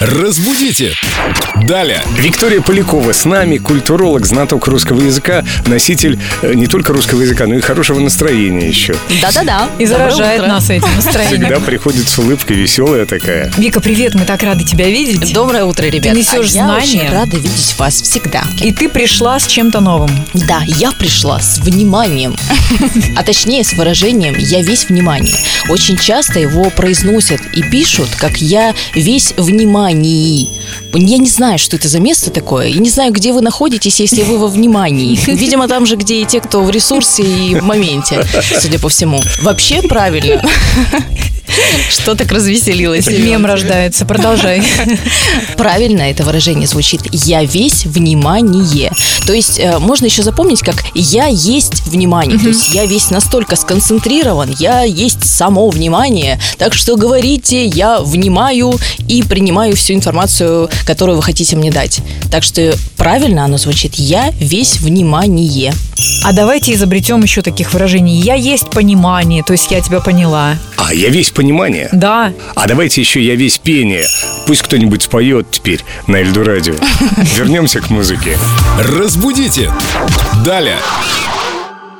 Разбудите! Далее. Виктория Полякова с нами, культуролог, знаток русского языка, носитель э, не только русского языка, но и хорошего настроения еще. Да-да-да. И Доброе заражает утро. нас этим Всегда настроением. приходит с улыбкой веселая такая. Вика, привет, мы так рады тебя видеть. Доброе утро, ребят. несешь а я знания. очень рада видеть вас всегда. И ты пришла с чем-то новым. Да, я пришла с вниманием. А точнее, с выражением «я весь внимание». Очень часто его произносят и пишут, как «я весь внимании». Я не знаю, что это за место такое, и не знаю, где вы находитесь, если вы во внимании. Видимо, там же, где и те, кто в ресурсе и в моменте, судя по всему. Вообще правильно. Что так развеселилась? Мем рождается, продолжай. Правильно это выражение звучит «я весь внимание». То есть э, можно еще запомнить как «я есть внимание». То есть я весь настолько сконцентрирован, я есть само внимание. Так что говорите «я внимаю» и принимаю всю информацию, которую вы хотите мне дать. Так что правильно оно звучит «я весь внимание». А давайте изобретем еще таких выражений. Я есть понимание, то есть я тебя поняла. А я весь понимание. Да, А давайте еще я весь пение. Пусть кто-нибудь споет теперь на Эльду Радио. Вернемся к музыке. Разбудите! Далее.